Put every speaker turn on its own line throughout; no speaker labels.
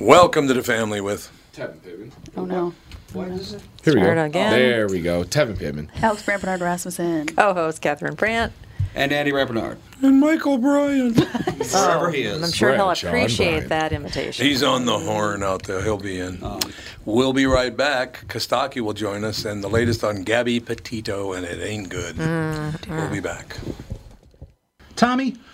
Welcome to the family with
Tevin Pittman.
Oh no.
What is it?
Here we
Start
go.
again.
There we go. Tevin Pittman.
Alex Brant Bernard Rasmussen.
Co-host Oh, Catherine Brandt.
And Andy Rappinard.
and Michael Bryan.
Wherever he
And
is.
I'm sure he'll
Brandt, John
appreciate
Brandt.
that invitation.
He's on the horn out there. He'll be in.
Oh.
We'll be right back. Kostaki will join us, and the latest on Gabby Petito, and it ain't good.
Mm,
We'll be back.
Tommy,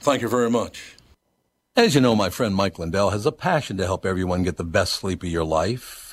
Thank you very much. As you know, my friend Mike Lindell has a passion to help everyone get the best sleep of your life.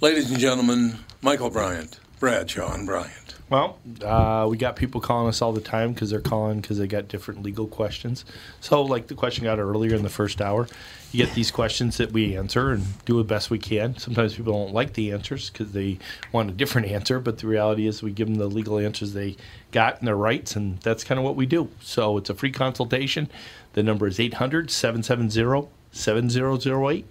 Ladies and gentlemen, Michael Bryant, Bradshaw and Bryant.
Well, uh, we got people calling us all the time because they're calling because they got different legal questions. So, like the question got earlier in the first hour, you get these questions that we answer and do the best we can. Sometimes people don't like the answers because they want a different answer, but the reality is we give them the legal answers they got and their rights, and that's kind of what we do. So, it's a free consultation. The number is 800 770 7008.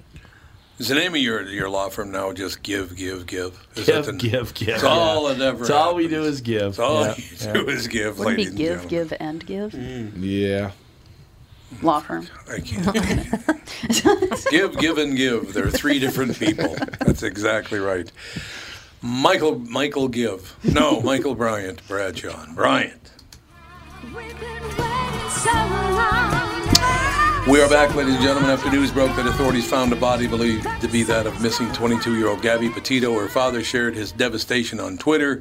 Is the name of your your law firm now just give, give, give? Is
Give,
that the-
give, give.
It's all
yeah.
it ever
It's all we do
happens.
is give.
It's all
Yeah,
you
yeah.
do is give,
Wouldn't
ladies
it be give,
and gentlemen.
give, and give?
Hmm.
Yeah.
Law firm.
I can't. give, give, and give. There are three different people. That's exactly right. Michael, Michael, give. No, Michael Bryant, Bradshaw, and Bryant. We are back, ladies and gentlemen, after news broke that authorities found a body believed to be that of missing 22-year-old Gabby Petito. Her father shared his devastation on Twitter.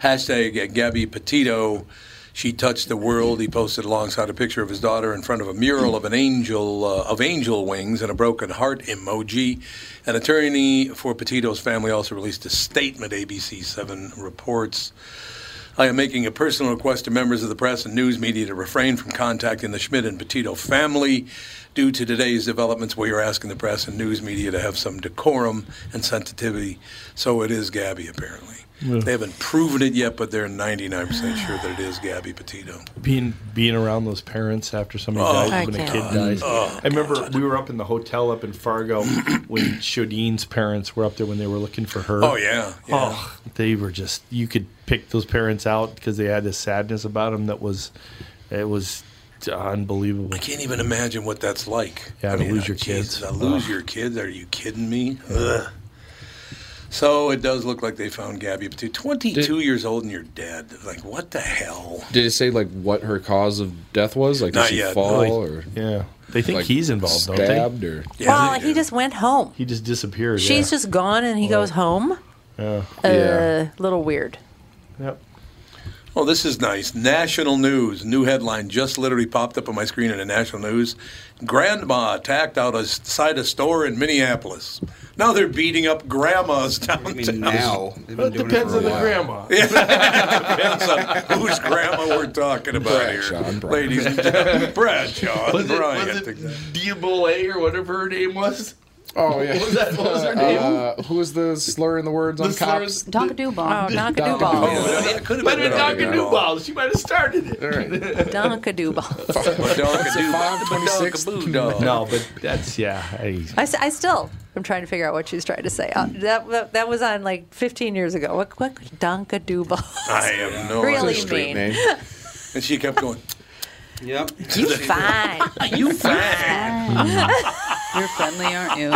Hashtag Gabby Petito. She touched the world. He posted alongside a picture of his daughter in front of a mural of an angel uh, of angel wings and a broken heart emoji. An attorney for Petito's family also released a statement. ABC7 reports. I am making a personal request to members of the press and news media to refrain from contacting the Schmidt and Petito family due to today's developments where you're asking the press and news media to have some decorum and sensitivity. So it is Gabby, apparently. They haven't proven it yet, but they're 99% sure that it is Gabby Petito. Oh,
being being around those parents after somebody
Oh, I
dies when a
can't. Oh,
kid dies. I remember we were up in the hotel up in Fargo when Shadeen's parents were up there when they were looking for her.
Oh, yeah. yeah.
Oh, they were just you could pick those parents out because they had this sadness about them that was it was unbelievable.
I can't even imagine what that's like.
Yeah,
I
to lose your
Jesus,
kids.
To lose your kids? Are you kidding me? Ugh. So it does look like they found Gabby up to 22
Did-
years old and you're dead. Like, what the hell?
Did it say like what her cause of death was? Like did
Not
she
yet,
fall
no.
or
Yeah, they think
like
he's involved, don't they?
stabbed or
Yeah,
well,
they
he
do.
just went home.
He just disappeared.
She's
yeah.
just gone, and he goes home.
yeah.
Yeah.
Uh, little weird.
Yep.
Oh, this is nice. National news. New headline just literally popped up on my screen in the national news. Grandma attacked outside a store in Minneapolis. Now they're beating up grandmas
I
downtown.
mean, now. They've been
But it
doing
depends
it for
on
a
the
while.
grandma.
Depends on whose grandma we're talking about
Bradshaw,
here,
Bradshaw.
ladies and gentlemen. Bradshaw,
Was it,
Bryant.
was it Diabole or whatever her name was?
Oh yeah.
What was that? What was her name?
Uh, who was the slur in the words on
The
cops?
slurs-
Donkadoo
Oh,
bomb.
Donkadoo
Oh,
balls.
no, that could have
But
been
it
Dunkin'
Dunkin' balls. uh, She might have started it.
All right.
Donkadoo balls.
Five twenty-six.
dog.
No, but that's yeah. I,
I, s- I still am trying to figure out what she's trying to say. Uh, that, that that was on like 15 years ago. What what could Donkadoo balls?
I have no
Really
idea.
mean.
Name.
And she kept going,
Yep.
You fine.
You fine.
You're friendly, aren't you?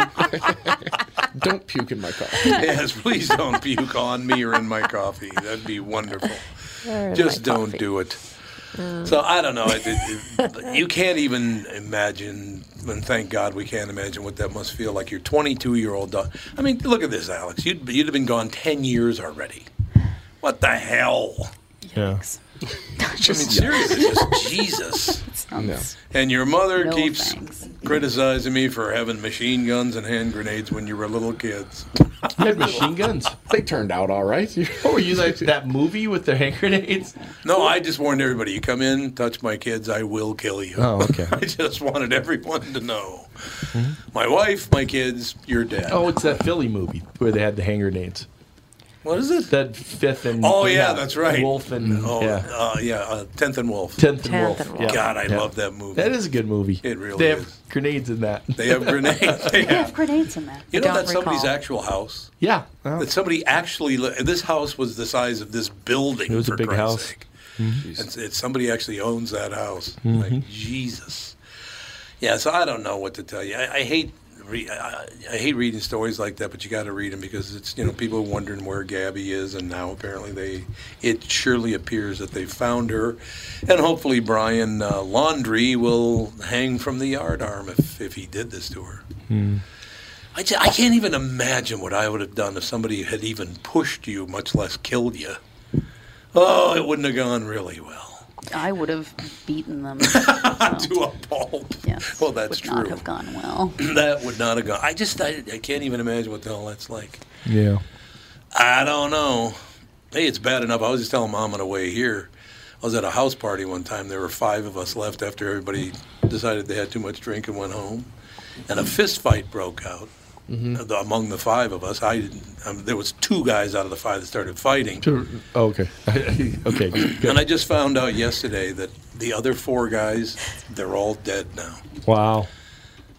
Don't puke in my coffee.
Yes, please don't puke on me or in my coffee. That'd be wonderful.
in
Just
my
don't
coffee.
do it. So I don't know. It, it, it- you can't even imagine, and thank God we can't imagine what that must feel like. Your 22 year old daughter. I mean, look at this, Alex. You'd you'd have been gone 10 years already. What the hell?
yeah.
I mean, seriously, just Jesus.
Sounds
And your mother
No
keeps
thanks.
criticizing me for having machine guns and hand grenades when you were little kids.
You had machine guns.
They turned out all right.
What were you like that movie with the hand grenades?
No, I just warned everybody. You come in, touch my kids, I will kill you.
Oh, okay. Mm-hmm.
I just wanted everyone to know. My wife, my kids, you're dead.
Oh, it's that Philly movie where they had the hand grenades.
what is it?
That fifth and
Oh, yeah, that's right.
Wolf and
oh, yeah,
Mm-hmm. yeah,
uh, yeah uh, Tenth and Wolf.
tenth and
Tenth
Wolf.
and
Yeah.
Wolf.
God, I
yeah.
love that movie.
That is a good movie.
It really
They have
is.
grenades in that.
They have grenades. They
They have
have-
grenades in that.
You know
don't
that's somebody's
recall.
actual house.
yeah.
That somebody actually. li- This house was the size of this building.
It was a
for
big
Christ's
house. Mm-hmm.
sake. It's, it's somebody actually owns that house. Like Jesus. Yeah, so I don't know what to tell you. I, I hate. Re- I, I hate reading stories like that, but you got to read them because it's you know people are wondering where Gabby is, and now apparently they, it surely appears that they found her, and hopefully Brian uh, Laundry will hang from the yardarm if if he did this to her.
Hmm.
I, ju- I can't even imagine what I would have done if somebody had even pushed you, much less killed you. Oh, it wouldn't have gone really well.
I would have beaten them.
To a pulp.
Yes.
well, that's
would Not
true.
have gone well.
That would not have gone. I just, I, I can't even imagine what the hell that's like.
Yeah.
I don't know. Hey, it's bad enough. I was just telling mom on the way here. I was at a house party one time. There were five of us left after everybody decided they had too much drink and went home, and a fist fight broke out uh, among the five of us. I didn't. Um, there was two guys out of the five that started fighting.
Oh, okay. okay.
And I just found out yesterday that the other four guys, they're all dead now.
Wow.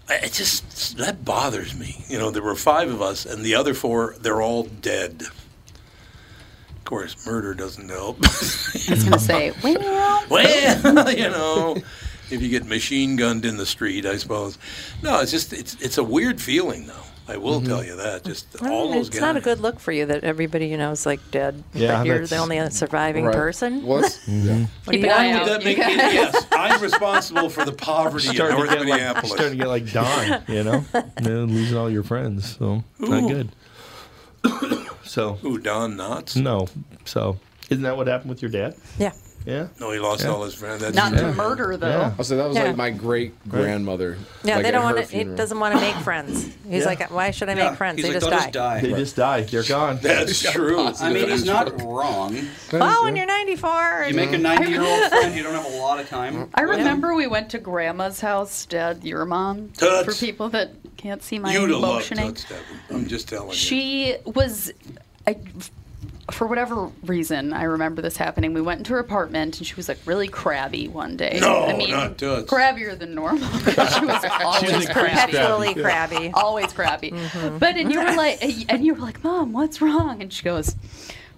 I- It just that bothers me. You know, there were five of us, and the other four, they're all dead. Of course, murder doesn't help.
I was going to say, well,
well, you know, if you get machine gunned in the street, I suppose. No, it's just it's it's a weird feeling though. I will tell you that. Just all those
it's
guys.
not a good look for you that everybody you know is like dead.
Yeah,
but you're
that's-
the only surviving
Right.
person.
What? Yeah.
What do
Keep
you
an eye
want?
out.
that make me, yes, I'm responsible for the poverty in
Starting
North
to, get like,
Minneapolis.
starting to get like Don, you know, and then losing all your friends. So not good. so
Ooh, Don Knotts?
no. So isn't that what happened with your dad?
Yeah.
Yeah.
No, he lost all his friends. That's
not
true.
to murder, though.
Yeah.
Oh, so that was
Yeah.
like my great grandmother.
Yeah,
like,
they
at
don't
her
want to. It
funeral.
doesn't want to make friends. He's
Yeah.
like, why should I
Yeah,
make friends?
He's
They
like,
just
"They'll
die.
They just died. They're gone.
That's true.
I mean, he's not wrong.
Well, when you're 94,
You make a 90 year old friend, you don't have a lot of time.
I remember we went to Grandma's house, Dad, your mom,
Toots.
for people that can't see my
You'd have loved
emotioning.
Toots Devin. I'm just telling you.
She was, I, for whatever reason, I remember this happening. We went into her apartment and she was like really crabby one day.
No,
I mean,
not Toots.
crabbier than normal. she was always crabby.
perpetually crabby.
Always crabby. But and you were like, and you were like, Mom, what's wrong? And she goes.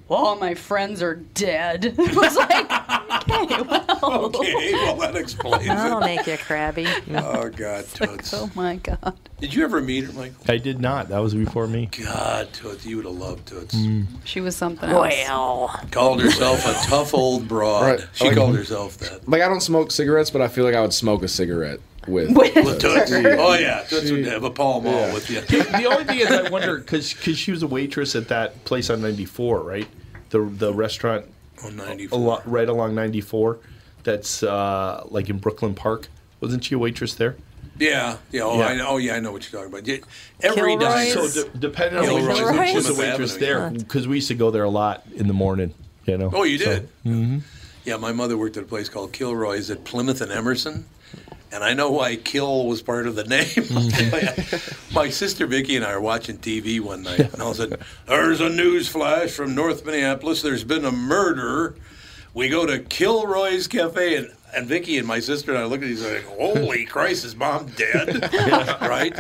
All my friends are dead. I was like, okay, well,
Okay, well, that explains
That'll
it.
make you crabby.
Oh, God, Toots.
oh my god.
Did you ever meet her, Michael?
I did not. That was before me.
God, Toots, you would have loved Toots.
Mm.
She was something else.
Well,
Called herself a tough old broad.
Right.
Oh,
She
I like-
called herself that.
Like I don't smoke cigarettes, but I feel like I would smoke a cigarette with.
With Toots? Oh, yeah. Toots would have a Pall Mall
Yeah.
with you.
the only thing is, I wonder because she was a waitress at that place on 94, right? The the restaurant
On
a
94.
lot, right along 94, that's uh, like in Brooklyn Park. Wasn't she a waitress there?
Yeah, yeah. Oh,
Yeah.
I know. Oh, yeah. I know what you're talking about. Yeah, every
Kilroy's?
night.
So
So
Nice.
de- depending on
Yeah,
what
Roy's
you
on
was the
Plymouth
waitress there
Avenue.
because we used to go there a lot in the morning. You know. mm-hmm.
oh, you did. Yeah, my mother worked at a place called Kilroy's at Plymouth and Emerson, and I know why Kill was part of the name. my sister Vicky and I are watching TV one night, and all of a sudden, "There's a news flash from North Minneapolis. There's been a murder." We go to Kilroy's Cafe, and, and Vicky and my sister and I look at each other like, "Holy Christ, is mom dead?" right?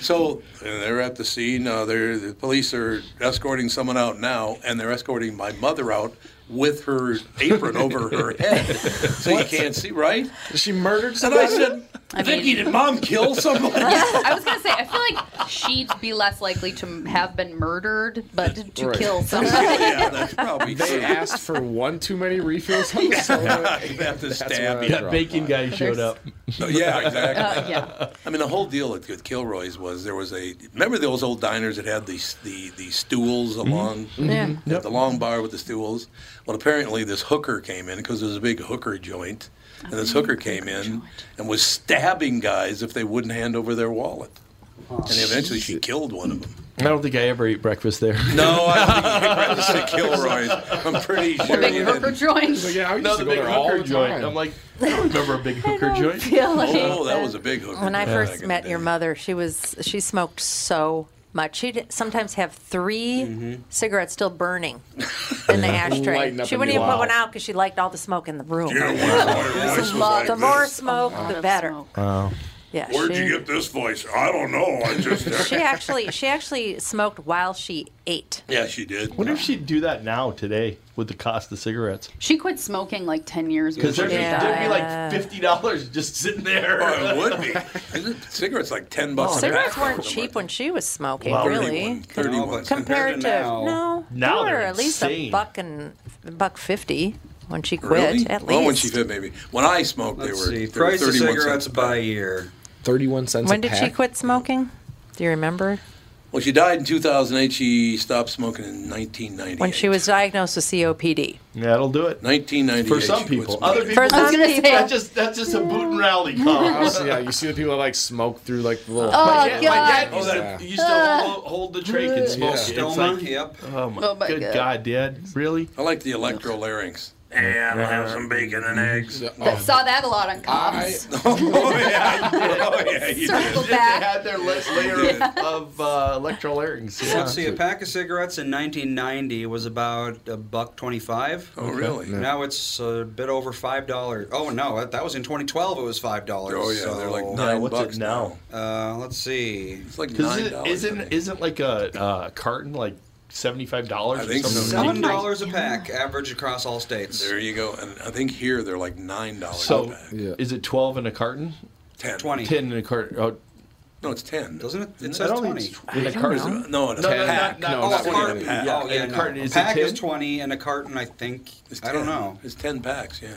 So and they're at the scene. Uh, they're, the police are escorting someone out now, and they're escorting my mother out with her apron over her head, so you can't see. Right?
She murdered
And
somebody.
I said, "Vicky, did mom kill somebody?"
I was gonna say, I feel like she'd be less likely to have been murdered, but to
Right.
kill somebody.
yeah, that's probably
they
true.
asked for one too many refills on the soda.
You have to
That's
stab
where I
you.
That bacon guy showed up.
Oh, Yeah, exactly.
Uh, yeah.
I mean, the whole deal at, with Kilroy's was there was a remember those old diners that had these the the stools along
Yeah.
the long bar with the stools. Well, apparently this hooker came in because there was a big hooker joint, and this
Oh,
hooker came in and was stabbing guys if they wouldn't hand over their wallet, and eventually she killed one of them.
I don't think I ever ate breakfast there.
No, I don't think it was Kilroy's. I'm pretty sure.
Big
they
hooker
didn't.
joint.
But yeah, I used
no, the
to go
big
there all
hooker
the
joint.
time.
I'm like, I don't remember a big hooker
Don't
joint.
feel like
Oh, that was a big hooker.
When I
joint back
first
in
met
the
your
day.
mother, she was she smoked so much. She'd sometimes have 3
Mm-hmm.
cigarettes still burning in the ashtray.
Lighting up
She
in
wouldn't
the
even
wall.
put one out because she liked all the smoke in the room.
Yeah, why- why is
The
this
mo-
like
the more
this?
smoke, the better. Yeah,
Where'd
she,
you get this voice? I don't know. I just.
she actually she actually smoked while she ate.
yeah, she did.
wonder if she'd do that now today with the cost of cigarettes.
She quit smoking like 10 years ago.
Because there'd, be-
Yeah.
there'd be like fifty dollars just sitting there.
Oh, it would be. Isn't it- cigarettes like ten bucks? a
Cigarettes
pack or
weren't
something
cheap
like
when she was smoking,
Wow.
that.
really.
31, 31 cents.
Compared to
now.
no,
Now
they were
they're
at least a
insane.
buck and a buck fifty when she quit.
Really?
At least
Well, when she fit, maybe. When I smoked,
Let's
they
see.
were they were
Price of
31
cigarettes
cents a
by
pack.
year.
Thirty-one cents.
when
a
did
pack.
she quit smoking? Do you remember?
Well, she died in 2008. She stopped smoking in 1998.
When she was diagnosed with COPD.
Yeah, that'll do it.
1998.
For some
she quit
people,
smoking.
other people,
For some
gonna
people,
say-
that's just that's just a boot and rally call.
Also, yeah, you see the people that like smoke through like the little.
My
Oh,
dad- My
God. Ah.
dad used to,
Yeah.
he used to hold, hold the trach and smoke it. It's
Stoma.
like,
yep.
oh my,
Oh, my
good
God.
God. Dad, really?
I like the electrolarynx. Yeah, I'll have some bacon and eggs. oh,
That- saw that a lot on cops.
yeah, you did. oh, yeah, you did.
Circle
They
back.
had their last layer of uh, electrolarynx.
Let's see.
Yeah.
A pack of cigarettes in 1990 was about a buck twenty-five.
Oh, really?
Now it's a bit over five dollars. Oh no, that, that was in 2012. It was five dollars.
Oh, yeah, they're like nine
Yeah, what's it
bucks
now?
Uh, let's see.
It's like
Because
nine
isn't
dollars. I
isn't,
think.
isn't like a uh, carton like seventy five dollars
I
or
think
something?
so.
Seven
ridiculous?
dollars a pack, average across all states.
There you go. And I think here they're like nine dollars.
So
a
Yeah.
is it twelve in a carton?
pack.
Twenty.
Ten in a carton? Oh,
No, it's ten.
Doesn't it? It
I
says
don't think
twenty.
it's in a carton.
No, no, it's
No,
a
no,
pack.
not, not
No,
Oh,
not
a
it's
in
not
carton.
a
pack.
Oh,
And
yeah,
a
no.
carton is
a pack
a
is
10?
twenty, and a carton, I think.
It's
I don't
10.
know.
It's ten packs. Yeah,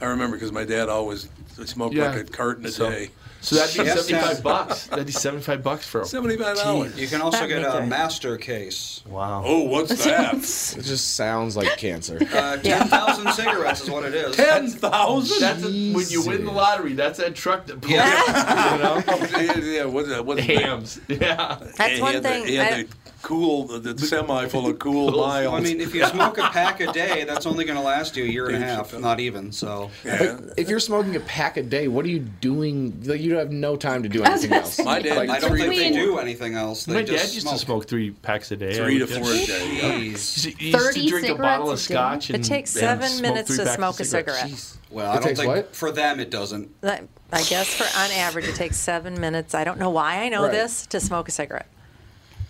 I remember because my dad always smoked
Yeah.
like a carton a
So-
day.
So that'd be
Yes,
seventy
yes.
five bucks. That'd be seventy five bucks for a
Seventy-five dollars.
You can also
That
get
makes
a
it-
master case.
Wow.
Oh, what's that?
It just sounds like cancer.
Uh, Ten thousand cigarettes is what it is.
Ten thousand.
That's a, when you win the
Jesus.
lottery. That's that truck that pulls
Yeah.
yeah, yeah, what's that? What's that?
hams. Yeah.
That's
He
one
had
thing.
The, he
I-
had the cool, the, the semi full of cool miles.
Well, I mean, if you smoke a pack a day, that's only going to last you a year and a half, not even. So
yeah.
If you're smoking a pack a day, what are you doing? Like, you have no time to do
was
anything
gonna
else.
say,
My dad-
Like,
I don't think they
Between-
do anything else. They
My
just
dad used to smoke three packs a day.
three
I
to
would
four
guess.
a day. yeah.
Jeez.
He used to
Thirty
drink a bottle of
cigarettes a day?
scotch.
It
And,
takes
and
seven
smoke
minutes
three
to
packs of
smoke a
cigarettes.
cigarette.
Well, I
It
don't
takes
think
what?
for them it doesn't.
That- I guess for on average it takes seven minutes. I don't know why I know
Right.
this to smoke a cigarette.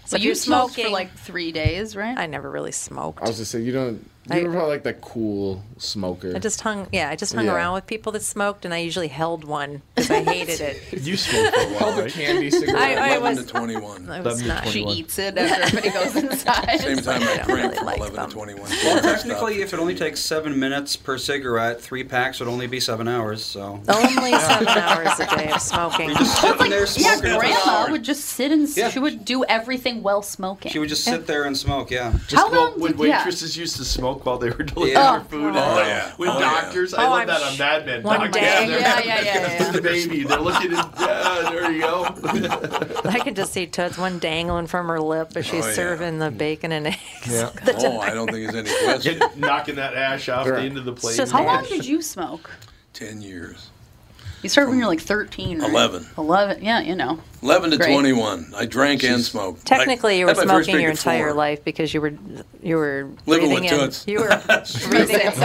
So
But
if
you
you're
smoked
smoking,
for like three days, right?
I never really smoked.
I was just saying, you don't.
I-
You were probably like the cool smoker.
I just hung, yeah, I just hung
Yeah.
around with people that smoked, and I usually held one because I hated it.
You smoked for a while,
the
right?
candy cigarette.
I- I
Eleven
was-
to twenty-one.
I was
That'd be
not.
she
21.
eats it after everybody goes inside.
Same
It's
time
I
I
don't
drank
really
from
like
eleven
them.
to twenty-one.
Well, technically, if it only takes seven minutes per cigarette, three packs would only be seven hours. So
Only seven hours a day of smoking.
sitting
like,
there
yeah,
smoking. for an
grandma
hour.
would just sit and s
Yeah.
she would do everything while smoking.
She would just sit there and smoke. Yeah.
Just
How
go-
long
when
did- yeah.
waitresses used to smoke smoke while they were delivering
Yeah.
their
Oh,
food.
God.
Like,
Oh, yeah.
With
Oh, yeah.
doctors. I
Oh,
love
I'm
that
sh-
on Mad Men.
one
doctors.
day.
Yeah, yeah, yeah, yeah.
The baby. They're looking at, yeah, there you go.
I can just see Toad's one dangling from her lip as she's
Oh, yeah.
serving the bacon and eggs.
Oh, I don't think there's any question.
Get- knocking that ash off the
Right.
end of the plate.
It's just
How long
Ash.
did you smoke?
Ten years.
You started when you were like 13, right?
11.
11, yeah, you know.
11 to
Great.
21. I drank and smoked.
Technically,
I-
you were
had my first
smoking
drink
your
at four.
entire life because you were you were
Living with
breathing in
Toots.
you were breathing in secondhand smoke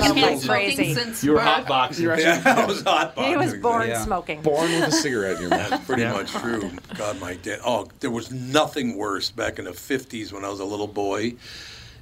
Secondhand
like
smoking
crazy.
since
You were
birth.
hot boxing.
Yeah, I was hot.
He was
boxing.
born
Yeah.
smoking.
Born with a cigarette in your mouth.
That's pretty much true. God, my dad. Oh, there was nothing worse back in the 50s when I was a little boy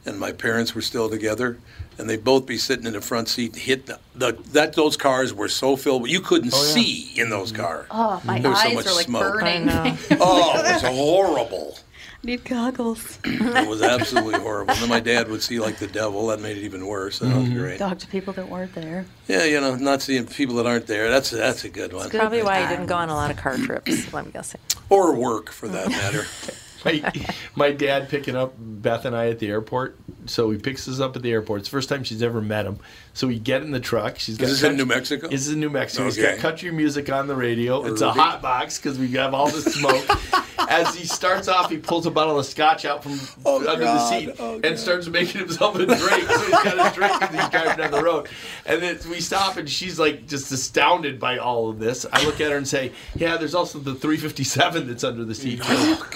and my parents were still together. And they'd both be sitting in the front seat, hit the, the that those cars were so filled, you couldn't see in those cars.
Oh, my
There was so
eyes
much
are like
smoke.
I
burning.
know.
Oh, it was horrible.
Need goggles.
It was absolutely horrible. And then my dad would see like the devil. That made it even worse. That
Mm-hmm.
was great.
Talk to people that weren't there.
Yeah, you know, not seeing people that aren't there. That's that's a good one.
Probably why you didn't go on a lot of car trips. I'm guessing.
Or work, for
Mm-hmm.
that matter.
my, my dad picking up Beth and I at the airport. So he picks us up at the airport. It's the first time she's ever met him. So we get in the truck. She's got
this in New Mexico?
This is in New Mexico. He's
Okay.
got country music on the radio. It's a
Rudy.
hot box because we have all the smoke. As he starts off, he pulls a bottle of scotch out from
Oh,
under the
God.
seat
Oh,
and starts making himself a drink. so he's got a drink as he's driving down the road. And then we stop, and she's like just astounded by all of this. I look at her and say, "Yeah, there's also the 357 that's under the seat." too."
Oh,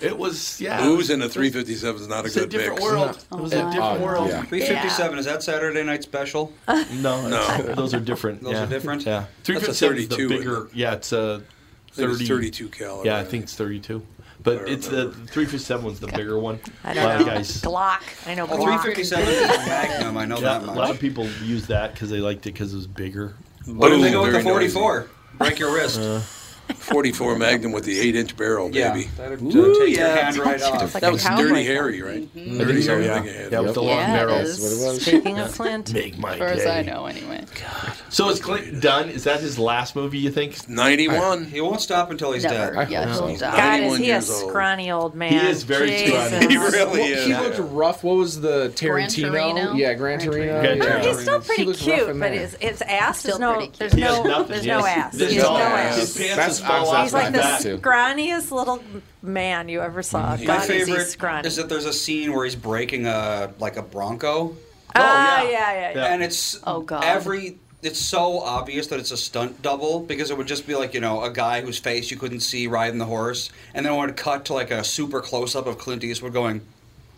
It was yeah.
Booze in a 357 is not a
It's a
good
different
mix.
world. It was a
wow.
different
Oh,
world.
yeah.
357 is that Saturday night special?
No, no, those are different.
Those
yeah.
are different?
Yeah, three
That's a
fifty seven is the
32,
bigger.
isn't
Yeah, it's a
I think it's
thirty.
32 calories.
Yeah, I think it's thirty two. But
I
it's the
remember.
three fifty seven was the bigger one.
I
a
don't
lot
know.
of guys.
Glock. I know
Well,
Glock.
357 is Magnum. I know
Yeah,
that
a
much.
lot of people use that because they liked it because it was bigger.
Why didn't they go with the
Very noisy.
44? Break your wrist.
Uh.
44 Magnum with the 8 inch barrel,
yeah,
baby.
that'd
Ooh,
take your
yeah.
hand right off.
It's like
that
a
was
cowboy
Dirty
gun.
Harry, right?
Mm-hmm.
I
Dirty
think Mm-hmm. so,
Harry,
yeah.
I think I had
Yeah, with
that.
the long
Yeah, it
barrels.
is.
That's what it was.
Speaking of Clint,
Make my
As far as
day.
I know, anyway.
So is Clint Dunn? Is that his last movie? You think?
91.
He won't stop until he's
Never.
dead.
Yeah, he'll die.
God, is
91
he a
years old.
scrawny old man?
He is very
Jesus.
scrawny.
He really
Well,
is.
he looked rough. What was the
Gran
Tarantino?
Torino?
Yeah, Gran
Gran
Torino.
Torino.
yeah.
Gran
He's still pretty
He looks rough in
cute, but
there.
his, his ass
Still
is no.
pretty cute.
There's
He has
no.
nothing,
There's
yes.
no ass.
There's
He has
no ass.
ass.
His pants
That's-
just
I was
fall off
He's
asking
like
like the
that.
too.
scrawniest little man you ever saw.
My
God, is
favorite
he scrawny.
is that there's a scene where he's breaking a like a Bronco,
Ah,
yeah.
yeah, yeah, yeah.
Yeah.
and it's
Oh, God.
every. It's so obvious that it's a stunt double because it would just be like you know a guy whose face you couldn't see riding the horse, and then it would cut to like a super close up of Clint Eastwood going.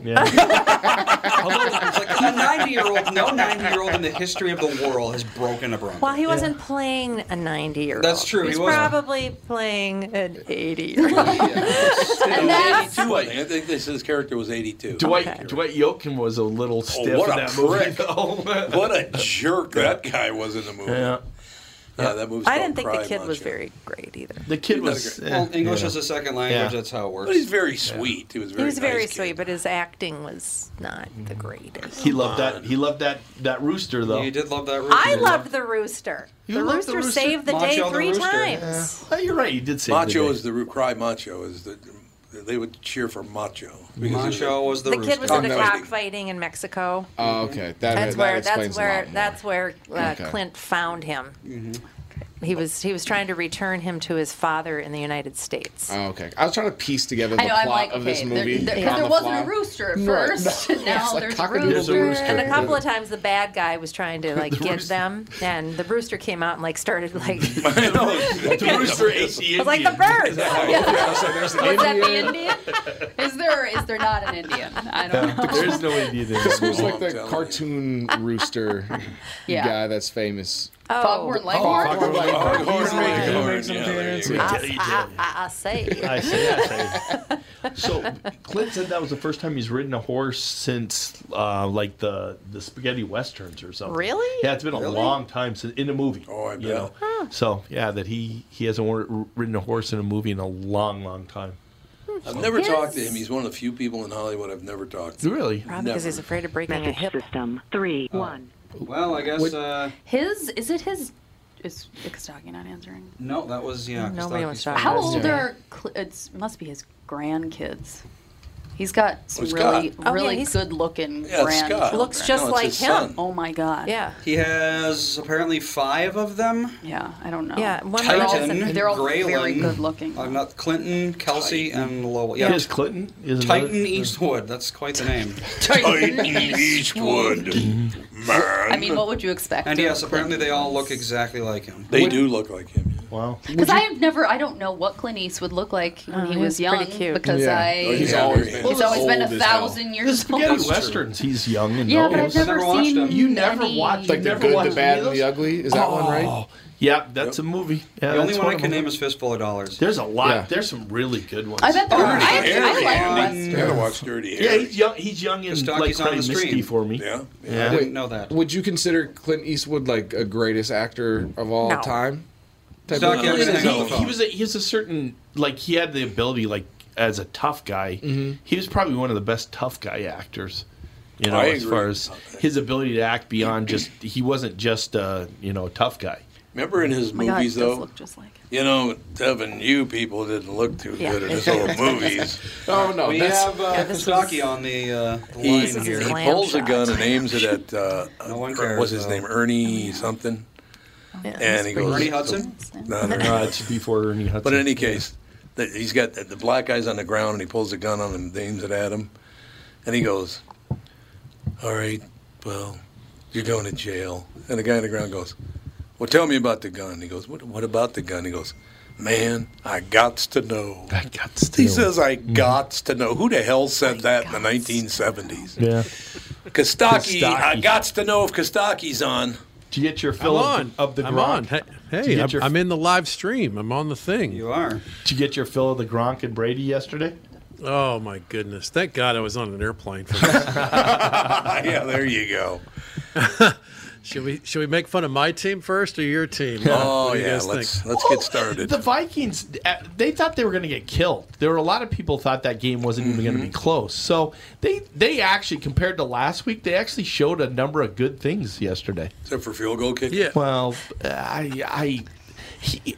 Yeah.
It's like a 90 year old, no 90 year old in the history of the world has broken a Bronco.
Well, he wasn't playing a 90 year old.
That's true,
He's
he wasn't.
probably playing an 80 year old.
and
that's-
82, I think. I think this, his character was 82.
Dwight
Okay.
Dwight Yoakam was a little stiff
Oh, what
in
a
that movie.
prick.
Though.
What a jerk that guy was in the movie.
yeah.
Yeah, that movie's
I
called
didn't think
Pride
the kid was
Macho.
very great either.
The kid was eh,
Well, English
yeah.
is a second language.
Yeah.
That's how it works.
But he's very sweet. He E was very
He was very
nice kid.
sweet, but his acting was not the greatest.
He loved that. He loved that that rooster though.
You did love that. Rooster.
I loved the rooster.
You
the
loved the
rooster,
rooster?
saved the
Macho
day
the
three
rooster.
times.
Oh, you're right. You did say
Macho
the
is the root cry. Macho is the they would cheer for Macho. because he
Macho was the,
The
rooster.
kid was in a
Cockfighting.
cockfighting in Mexico.
Oh, okay. That,
That's
that
where
explains
that's
a
where
lot more.
that's where uh,
Okay.
Clint found him.
Mm-hmm.
He was he was trying to return him to his father in the United States.
Oh, okay. I was trying to piece together the
I know,
plot
I'm like,
of this
okay, there,
movie.
there, 'cause
on
there
the
wasn't
fly.
a rooster at
Right,
first,
no.
and now
It's like
there's, a
cock-a-doodle
rooster.
There's a rooster.
and a couple of times the bad guy was trying to like get
rooster.
them, and the rooster came out and like started like was
I know.
The rooster ate the Indian.
like the birds.
Was that the Indian? Is there is there not an Indian? I don't know.
There's no Indian. in
This
that
was
Oh,
movie.
like
I'm
the
telling you.
cartoon rooster
Yeah.
guy that's famous.
Foghorn Leghorn.
Foghorn
Horn,
Leghorn.
horn,
He's
horn,
making-
horn.
making some
Yeah, there you
appearance.
go.
I,
Yeah, he
I,
did.
I, I say.
I see. I see. So Clint said that was the first time he's ridden a horse since uh, like the the spaghetti westerns or something.
Really?
Yeah, it's been a long time since in a movie.
Oh, I
you
bet.
know? So yeah, that he he hasn't wor- ridden a horse in a movie in a long, long time.
I've never talked to him. He's one of the few people in Hollywood I've never talked to.
Really?
Probably because he's afraid of breaking a hip.
System three one.
Well, I guess uh,
His is it his? Is Kostaki not answering?
no. That was yeah.
Nobody
Kostaki's
wants to
fault.
talk
How
about
old
it.
are Cl- it's must be his grandkids? He's got some
Oh, Scott.
really,
Oh,
yeah,
really
he's-
good looking
Yeah,
grand.
Scott.
Looks
No,
just
it's
like
his
him.
son.
Oh my god.
Yeah.
He has apparently five of them.
Yeah, I don't know.
Yeah, one
they're all,
Titan,
they're all very
Grayling,
good looking.
I'm uh, not Clinton, Kelsey, and Lowell. Yeah,
Is Clinton? Is another-
Titan Eastwood. That's quite the name.
Titan Eastwood, man.
I mean, what would you expect?
And
of
yes, apparently
Clint
they all
Eastwood?
look exactly like him.
They do look like him. yeah.
Wow.
Because I have never, I don't know what Clint Eastwood looked like when Oh, he
he
was
was
young.
pretty cute.
Because
Yeah.
I,
Oh, he's
he's,
Yeah.
always
He's
been.
always been a
old as hell.
thousand years old.
Spaghetti
true.
westerns. He's young and
Oh, Yeah, but I've
those.
never
never,
watched
seen.
him.
You never
any-
watched- like,
Like the
Never
good,
watched
the bad,
any of
and the
those?
ugly. Is that one right?
Oh, yeah, that's a movie. Yeah,
The only
that's
one I
of
can
them.
name is Fistful of Dollars.
There's a lot.
Yeah.
There's some really good ones.
I bet there are. I,
Dirty
actually,
Harry.
I like
Andy. You gotta watch Dirty
Yeah,
Harry.
he's young. He's young and like
Kostaki is on
Craig
the
Misty
screen.
for me.
Yeah.
Yeah.
Wait. didn't know that.
Would you consider Clint Eastwood like a greatest actor of all
No.
time? Type
Doc
of-
Emmerson.
He-
Yeah.
he, he was a, he was a certain like he had the ability like as a tough guy.
Mm-hmm.
He was probably one of the best tough guy actors. You know,
I
as
agree.
far as his ability to act beyond just he wasn't just uh, you know a tough guy.
Remember in his
my God,
movies
he does
though.
look just like. him.
You know, Devin, you people didn't look too
Yeah.
good at his old movies.
Oh no,
We
that's
have uh,
Yeah, this was-
Kostaki on the uh,
He,
line
is
he
his
here.
line.
pulls a
shot.
gun and aims it at uh,
No one
uh,
cares,
what's his
though.
name,
Oh,
Ernie something,
Yeah,
and he goes
Ernie Hudson?
No, no,
Uh,
no.
it's before Ernie Hudson.
But in any case, the, he's got the, the black guy's on the ground and he pulls a gun on him and aims it at him, and he goes, "All right, well, you're going to jail." And the guy on the ground goes, "Well, tell me about the gun." He goes, "What? What about the gun?" He goes, "Man, I gots to know."
I got Mm-hmm. still.
He says, "I gots to know." Who the hell said that in the 1970s?
yeah.
Kostaki,
Kostaki.
I gots to know if Kostaki's on.
Did you get your
I'm
fill
on.
of, of the
I'm
Gronk?
on. Hey,
you
hey
get
I'm,
your-
I'm in the live stream. I'm on the thing.
You are.
Did you get your fill of the Gronk and Brady yesterday?
Oh my goodness! Thank God I was on an airplane. For this.
yeah, there you go.
should we should we make fun of my team first or your team?
Oh
What do you
yeah,
guys
let's
think?
let's get started.
The Vikings, uh, they thought they were going to get killed. There were a lot of people thought that game wasn't even going to be close. So they they actually compared to last week, they actually showed a number of good things yesterday.
Except for field goal kick.
Yeah.
Well, uh, I I he,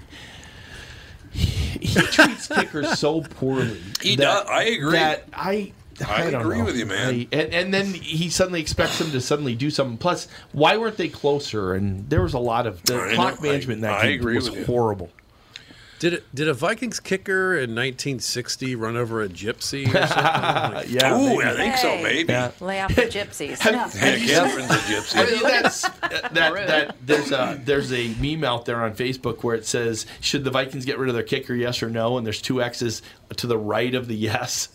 he, he treats kickers so poorly.
He does. I agree.
That I. I,
I
don't
agree
know.
with you, man.
I- and, and then he suddenly expects them to suddenly do something. Plus, why weren't they closer? And there was a lot of the
I know.
clock
I-
management in that
I
game
agree
was
with you.
horrible.
Did it, did a Vikings kicker in 1960 run over a gypsy? Or something? Like,
Yeah.
Ooh,
maybe.
I think so,
Hey.
baby.
Yeah.
Lay off the gypsies.
Yeah, Catherine's a gypsy.
I mean, that's that, that there's a there's a meme out there on Facebook where it says should the Vikings get rid of their kicker yes or no and there's two X's to the right of the yes.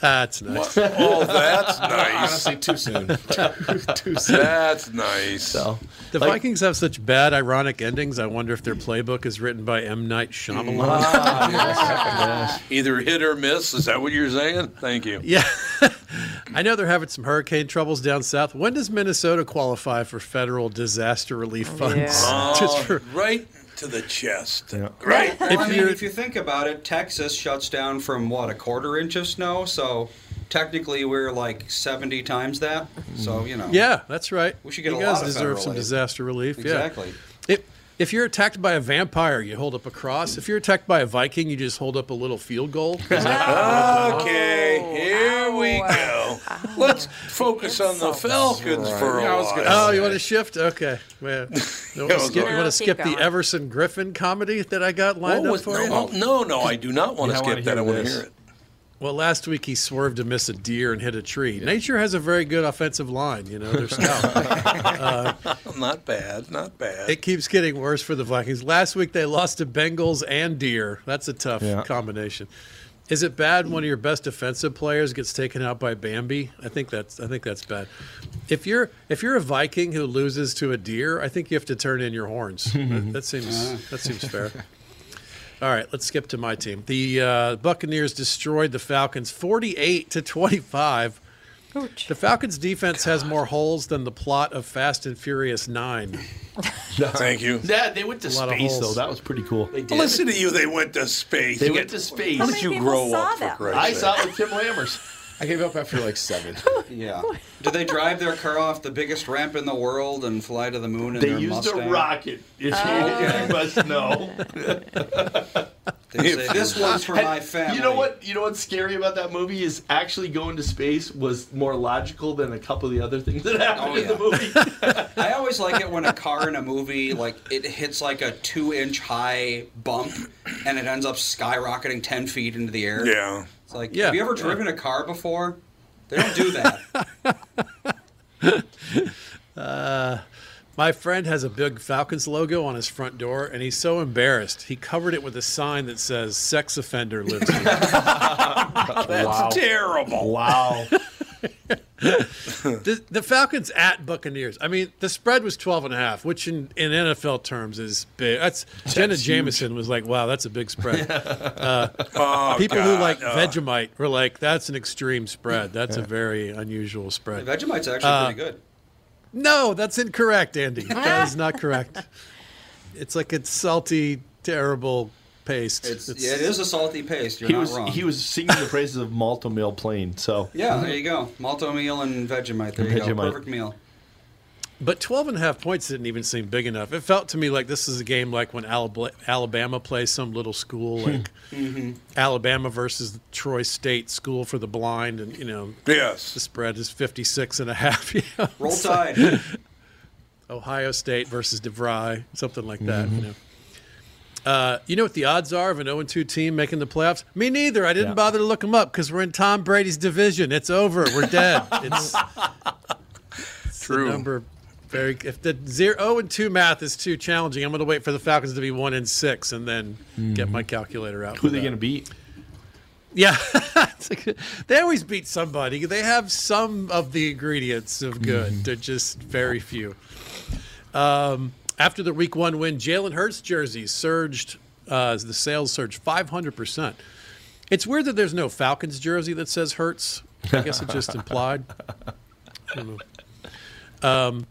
That's nice.
oh, that's nice.
honestly too soon. too soon.
That's nice.
So
The
Like-
Vikings have such bad ironic endings. I wonder if their playbook is written by M. Night Shyamalan.
Either hit or miss. Is that what you're saying? Thank you.
Yeah. I know they're having some hurricane troubles down south. When does Minnesota qualify for federal disaster relief funds?
Oh,
Just for-
right to the chest.
Yeah.
Right.
Well, I mean,
you're-
if you think about it, Texas shuts down from what a quarter inch of snow, so technically we're like 70 times that. So you know,
yeah, that's right.
We should get
you
a
guys
lot of
deserve
federal
some
aid.
disaster relief.
exactly.
Yeah. If, if you're attacked by a vampire, you hold up a cross. If you're attacked by a Viking, you just hold up a little field goal. Is that-
Okay,
Oh,
here we go. Let's focus on the Falcons for a
Yeah, I was
while.
gonna
oh, you want to shift? Okay. Well, you want
was
to skip, you
all-
wanna
No,
skip
keep
the
going.
Everson Griffin comedy that I got
What
lined up
was,
for you?
no, no, no, I do not want
Oh. Yeah, I
to
wanna
skip that. I
hear
want to
this.
hear it.
Well, last week he swerved to miss a deer and hit a tree. Nature has a very good offensive line, you know. They're stout.
Not bad, not bad.
it keeps getting worse for the Vikings. Last week they lost to Bengals and deer. That's a tough
Yeah.
combination. Is it bad one of your best defensive players gets taken out by Bambi? I think that's I think that's bad. If you're if you're a Viking who loses to a deer, I think you have to turn in your horns. that, that seems that seems fair. All right, let's skip to my team. The uh, Buccaneers destroyed the Falcons 48 to 25.
Ouch.
The Falcons defense has more holes than the plot of Fast and Furious 9.
Thank you.
Yeah, they went to
lot of
space though.
holes.
That was pretty cool. They
Listen to you. They went to space.
They
You
went
get-
to space.
How
many
did you
people
grow
saw
up? For
that?
Christ's
I
sake?
saw it with Tim Lammers.
I gave up after like seven.
Yeah. Do they drive their car off the biggest ramp in the world and fly to the moon? In
They
their
used
Mustang?
a rocket. If you, if you must know.
They say, this one's for
And
my family.
You know what? You know what's scary about that movie is actually going to space was more logical than a couple of the other things that happened
Oh,
in the
yeah.
movie.
I always like it when a car in a movie like it hits like a two inch high bump and it ends up skyrocketing ten feet into the air.
Yeah.
It's like
Yeah.
have you ever driven a car before? They don't do that.
Uh, My friend has a big Falcons logo on his front door, and he's so embarrassed he covered it with a sign that says "Sex offender lives here."
That's terrible. Wow.
the, the Falcons at Buccaneers. I mean, the spread was 12 and a half, which in, in NFL terms is big. That's, Jenna Jameson was like, "Wow, that's a big spread." Uh,
Oh,
People who
God,
like
uh,
Vegemite were like, "That's an extreme spread. That's a very unusual spread." Uh,
Vegemite's actually pretty good.
No, that's incorrect, Andy. That is not correct. It's like it's salty, terrible paste.
It's, yeah, it is a salty paste. You're
He
not
was
wrong.
he was singing the praises of Malto Mill Plain. So
Yeah, there you go. Malto meal and Vegemite. There
And
you go.
Vegemite.
Perfect meal.
But 12 and a half points didn't even seem big enough. It felt to me like this is a game like when Alabla- Alabama plays some little school, like
Mm-hmm.
Alabama versus Troy State School for the Blind, and, you know, the
Yes.
spread is 56 and a half. You know?
Roll
It's like
Tide.
Ohio State versus DeVry, something like that, you know. Uh, you know what the odds are of an 0 2 team making the playoffs? Me neither. I didn't
Yeah.
bother to look them up because we're in Tom Brady's division. It's over. We're dead. It's.
True.
The number very if the zero oh and two math is too challenging, I'm going to wait for the Falcons to be one and six and then get my calculator out.
who are they going to beat?
Yeah, It's like- they always beat somebody. They have some of the ingredients of good. They're just very few. Um, after the Week One win, Jalen Hurts jerseys surged. Uh, the sales surged 500 percent. It's weird that there's no Falcons jersey that says Hurts. I guess it just implied. I don't know. Um,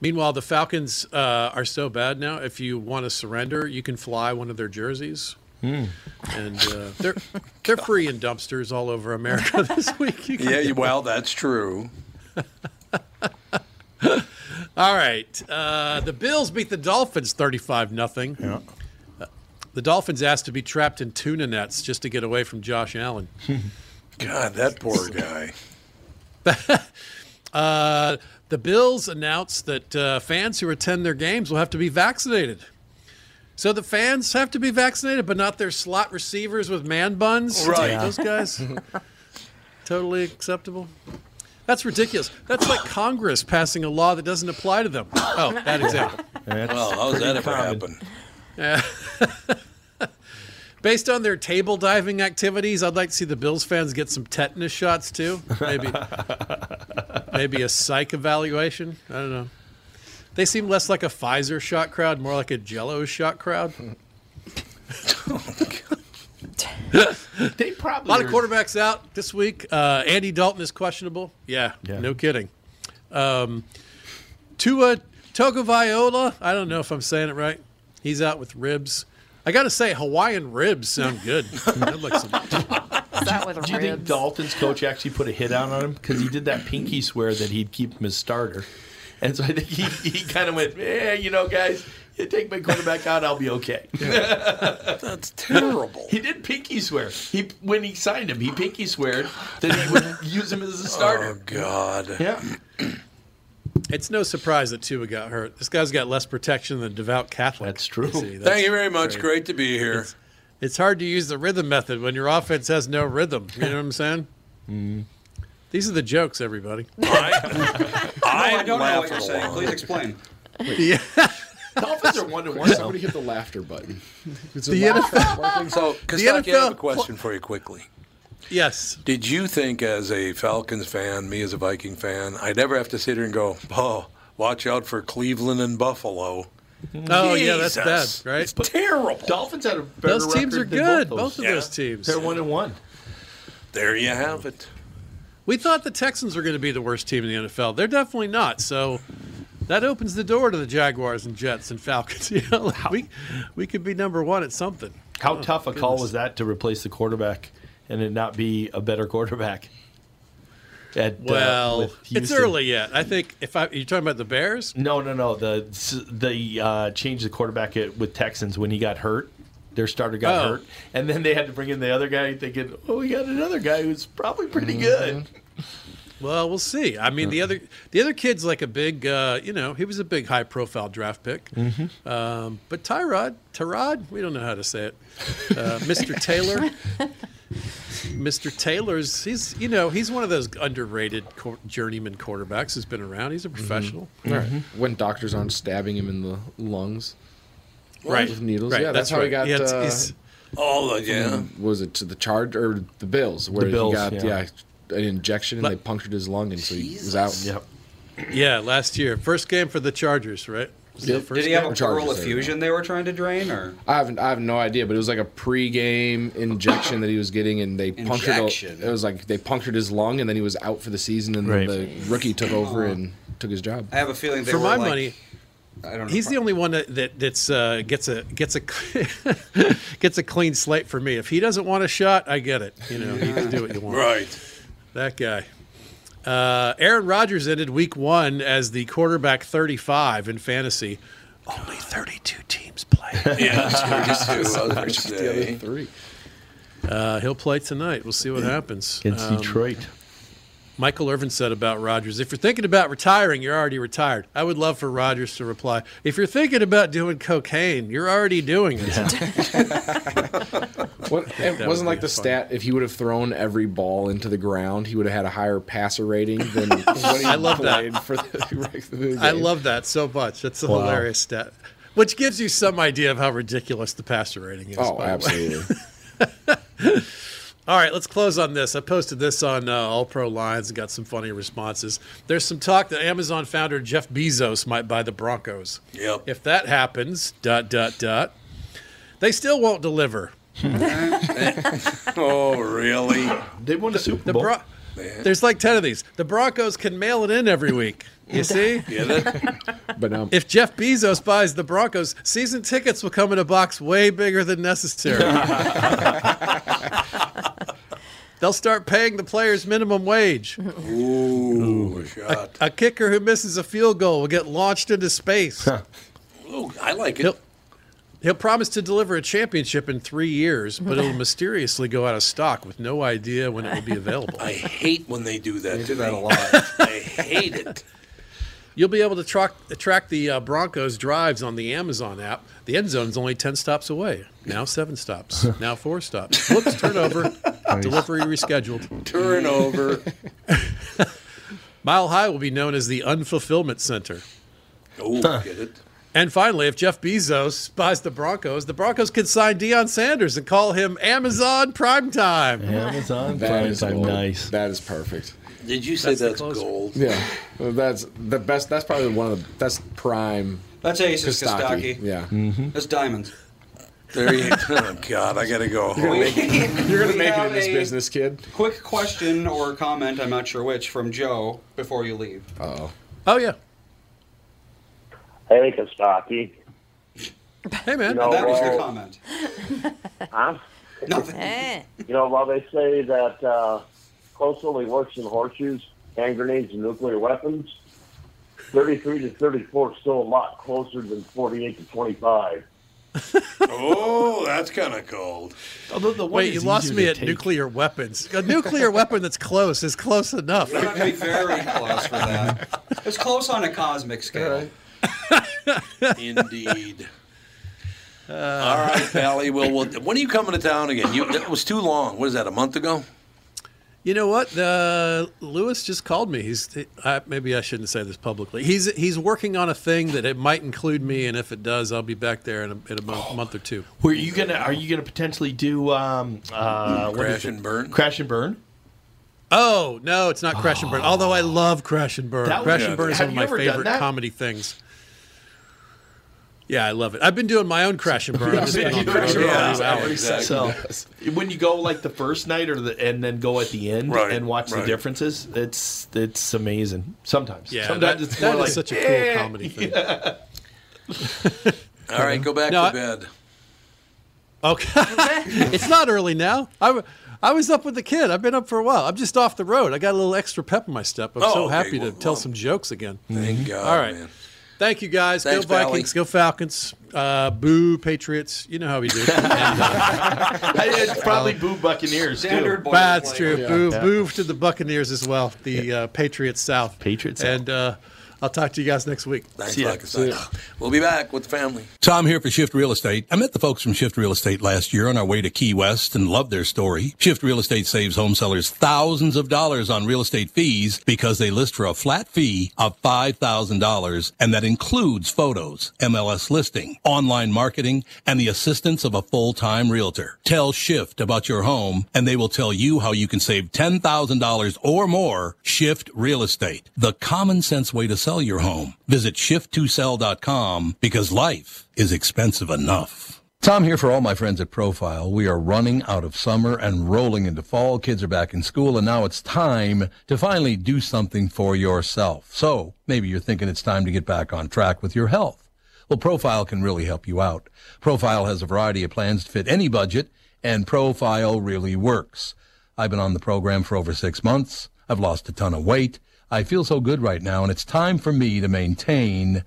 meanwhile, the Falcons uh, are so bad now. If you want to surrender, you can fly one of their jerseys and uh, they're they're free in dumpsters all over America this week. You can-
Yeah, you- well, that's true.
All right, uh, the Bills beat the Dolphins thirty-five nothing. Yeah. The Dolphins asked to be trapped in tuna nets just to get away from Josh Allen.
God, that poor guy.
Uh, the Bills announced that uh, fans who attend their games will have to be vaccinated. So the fans have to be vaccinated, but not their slot receivers with man buns.
Right.
Those guys. totally acceptable. That's ridiculous. That's like Congress passing a law that doesn't apply to them. Oh, that example.
That's
Well, how's that
pretty
ever
common.
happen?
Based on their table diving activities, I'd like to see the Bills fans get some tetanus shots too. Maybe, maybe a psych evaluation. I don't know. They seem less like a Pfizer shot crowd, more like a Jello shot crowd.
They probably
A lot of
are-
quarterbacks out this week. Uh, Andy Dalton is questionable. Yeah,
Yeah.
no kidding. Um, Tua Togoviola. I don't know if I'm saying it right. He's out with ribs. I got to say, Hawaiian ribs sound good. That looks-
That with
Do you think
ribs.
Dalton's coach actually put a hit out on him because he did that pinky swear that he'd keep him as starter, and so I think he, he kind of went, "Yeah, you know, guys, you take my quarterback out, I'll be okay."
That's terrible.
He did pinky swear. He when he signed him, he pinky sweared that he would use him as a
Oh,
starter.
God.
Yeah,
it's no surprise that Tua got hurt. This guy's got less protection than a devout Catholic.
That's true.
See, that's-
Thank you very much. Great to be here.
It's hard to use the rhythm method when your offense has no rhythm. You know what I'm saying?
Mm-hmm.
These are the jokes, everybody.
I,
I don't know what
laugh
you're
along.
saying. Please explain.
Dolphins are one to one.
Somebody hit the laughter button. It's a
The
laugh-
So, Kostaki, I have a
NFL
question for you quickly.
Yes.
Did you think, as a Falcons fan, me as a Viking fan, I'd ever have to sit here and go, oh, watch out for Cleveland and Buffalo?
Oh, yeah, that's
Jesus.
bad, right?
It's terrible.
Dolphins had a better
Those teams are
record than
good. Both,
Both,
of
Yeah.
those teams.
They're one and one.
There you have it.
We thought the Texans were going to be the worst team in the NFL. They're definitely not. So that opens the door to the Jaguars and Jets and Falcons. You know, like we we could be number one at something.
How tough a call
Oh, goodness.
was that to replace the quarterback and it not be a better quarterback? At, uh,
Well,
with
it's
Houston?
early yet. I think if I you're talking about the Bears,
No, no, no. The the uh, change the quarterback at, with Texans when he got hurt. Their starter got
Oh.
hurt, and then they had to bring in the other guy, thinking, "Oh, we got another guy who's probably pretty good."
Well, we'll see. I
Uh-uh.
mean, the other the other kid's like a big, uh, you know, he was a big high profile draft pick. Um, but Tyrod, Tyrod, we don't know how to say it. Uh, Mr. Taylor, Mr. Taylor's, he's you know he's one of those underrated quar- journeyman quarterbacks who's been around.
Mm-hmm.
He's a professional,
When doctors aren't stabbing him in the lungs
right?
with needles. yeah, that's, how
right.
he got.
Yeah, it's-
uh,
he's-
Oh, yeah.
was it to the charge or the Bills where
Bills,
he got
yeah.
yeah. an injection and
But-
they punctured his lung and so he was out.
Yep.
yeah, last year, first game for the Chargers, right? Was that
Yep.
first
Did he have
game?
a
Chargers
pleural
there.
effusion they were trying to drain, or
I haven't I have no idea, but it was like a pre-game injection that he was getting and they punctured
Injection.
a, it was like they punctured his lung and then he was out for the season and
Right.
then the rookie took over and took his job.
I have a feeling they
For
were
my
like,
money.
I don't know.
He's the only one that, that that's uh, gets a gets a gets a clean slate for me. If he doesn't want a shot, I get it. You know, you can do what you want.
Right.
That guy. Uh, Aaron Rodgers ended Week One as the quarterback 35 in fantasy. Only 32 teams play.
Yeah, it's 32, I was gonna
The other
say.
three.
Uh, he'll play tonight. We'll see what happens.
Against
Um,
Detroit.
Michael Irvin said about Rodgers, if you're thinking about retiring, you're already retired. I would love for Rodgers to reply, if you're thinking about doing cocaine, you're already doing it.
What, it
would
wasn't
be
like the
fun.
stat if he would have thrown every ball into the ground, he would have had a higher passer rating than when he
I love that.
played for the, rest of the
I
game.
love that so much. That's a hilarious stat, which gives you some idea of how ridiculous the passer rating is.
Oh,
by the way.
absolutely.
All right, let's close on this. I posted this on uh, All Pro Lines and got some funny responses. There's some talk that Amazon founder Jeff Bezos might buy the Broncos.
Yep.
If that happens, dot dot dot, they still won't deliver.
Oh, really?
They won the Super
The
Bowl.
Bro- there's like ten of these. The Broncos can mail it in every week. You see.
Yeah, that,
But
um,
no.
If Jeff Bezos buys the Broncos, season tickets will come in a box way bigger than necessary. They'll start paying the players minimum wage.
ooh, a shot.
A kicker who misses a field goal will get launched into space.
Ooh, I like it.
He'll, he'll promise to deliver a championship in three years, but it'll mysteriously go out of stock with no idea when it will be available.
I hate when they do that. They
do that a
lot. I hate it.
You'll be able to track, track the uh, Broncos' drives on the Amazon app. The end zone's only 10 stops away. Now seven stops. now four stops. Whoops, turnover. Delivery rescheduled.
Turnover.
Mile High will be known as the Unfulfillment Center.
Oh, get it.
And finally, if Jeff Bezos buys the Broncos, the Broncos could sign Deion Sanders and call him Amazon Primetime.
Amazon
That
Prime
is
Time.
gold.
Nice.
That is perfect.
Did you say
the
that's,
closer.
gold?
Yeah, Well, that's the best. That's probably one of the that's prime
that's Aces
Kostaki.
Kostaki.
Yeah,
Mm-hmm.
That's diamonds.
There you Oh, God, I got to go home.
You're
you're gonna make it in this business, kid.
Quick question or comment, I'm not sure which, from Joe before you leave.
Oh,
Oh, yeah.
Hey, Kostaki.
Hey, man.
No.
that was the
uh,
well-
comment.
Huh?
Nothing.
Eh.
You know, while they say that uh, Coast only works in horseshoes, hand grenades, and nuclear weapons, 33 to 34 is still a lot closer than 48 to 25.
Oh, that's kind of cold.
Although the one
Wait, you
is
lost
easier
me
to
at
take.
nuclear weapons. A nuclear weapon that's close is close enough.
We're not going to be very close for that. It's close on a cosmic scale.
Indeed.
Uh.
All right, Pally. Well, well, when are you coming to town again? You, that was too long. What is that? A month ago?
You know what? Uh, Lewis just called me. He's I, maybe I shouldn't say this publicly. He's he's working on a thing that it might include me, and if it does, I'll be back there in a, in a mo-
Oh.
month or two.
Were you gonna? Are you gonna potentially do um, uh, what is
Crash
it?
and burn.
Crash and burn?
Oh no, it's not Crash and Burn. Although I love Crash and Burn.
That was-
Crash and Burn is
Have
one of
you
my
ever done
favorite
that?
comedy things. Yeah, I love it. I've been doing my own Crash and Burn. I've just been on the road for
Yeah,
a few hours.
exactly.
So when you go like the first night or the and then go at the end
Right,
and watch
right.
the differences, it's it's amazing. Sometimes,
Yeah,
sometimes
that-
it's
that
more
is
like
such a cool
"Eh."
comedy thing.
All right, go back
No,
to
I-
bed.
Okay. it's not early now. I, w- I was up with the kid. I've been up for a while. I'm just off the road. I got a little extra pep in my step. I'm
Oh,
so
okay.
happy
Well,
to tell
well.
some jokes again.
Thank God.
All right.
Man.
Thank you, guys.
Thanks,
go Vikings. Go Falcons. Uh, boo Patriots. You know how we do.
Uh,
it's
probably boo Buccaneers, too. Standard boilerplate.
That's true.
Yeah.
Boo,
Yeah.
boo to the Buccaneers as well. The uh, Patriots South. Patriots. And uh, I'll talk to you guys next week.
Thanks, like I said. We'll be back with the family.
Tom here for Shift Real Estate. I met the folks from Shift Real Estate last year on our way to Key West and loved their story. Shift Real Estate saves home sellers thousands of dollars on real estate fees because they list for a flat fee of $5,000 and that includes photos, MLS listing, online marketing, and the assistance of a full-time realtor. Tell Shift about your home and they will tell you how you can save $10,000 or more. Shift Real Estate, the common sense way to sell your home. Visit shift2sell.com because life is expensive enough. Tom here for all my friends at Profile. We are running out of summer and rolling into fall. Kids are back in school and now it's time to finally do something for yourself. So maybe you're thinking it's time to get back on track with your health. Well, Profile can really help you out. Profile has a variety of plans to fit any budget, and Profile really works. I've been on the program for over six months. I've lost a ton of weight. I feel so good right now, and it's time for me to maintain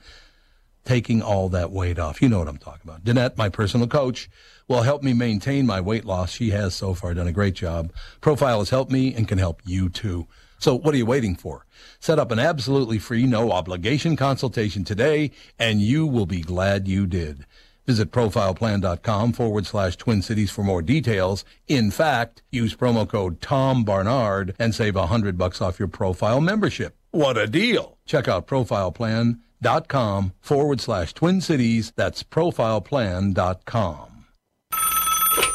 taking all that weight off. You know what I'm talking about. Danette, my personal coach, will help me maintain my weight loss. She has so far done a great job. Profile has helped me and can help you too. So what are you waiting for? Set up an absolutely free, no obligation consultation today, and you will be glad you did. Visit profileplan.com forward slash Twin Cities for more details. In fact, use promo code Tom Barnard and save a hundred bucks off your profile membership. What a deal! Check out profileplan.com forward slash Twin Cities. That's profileplan.com.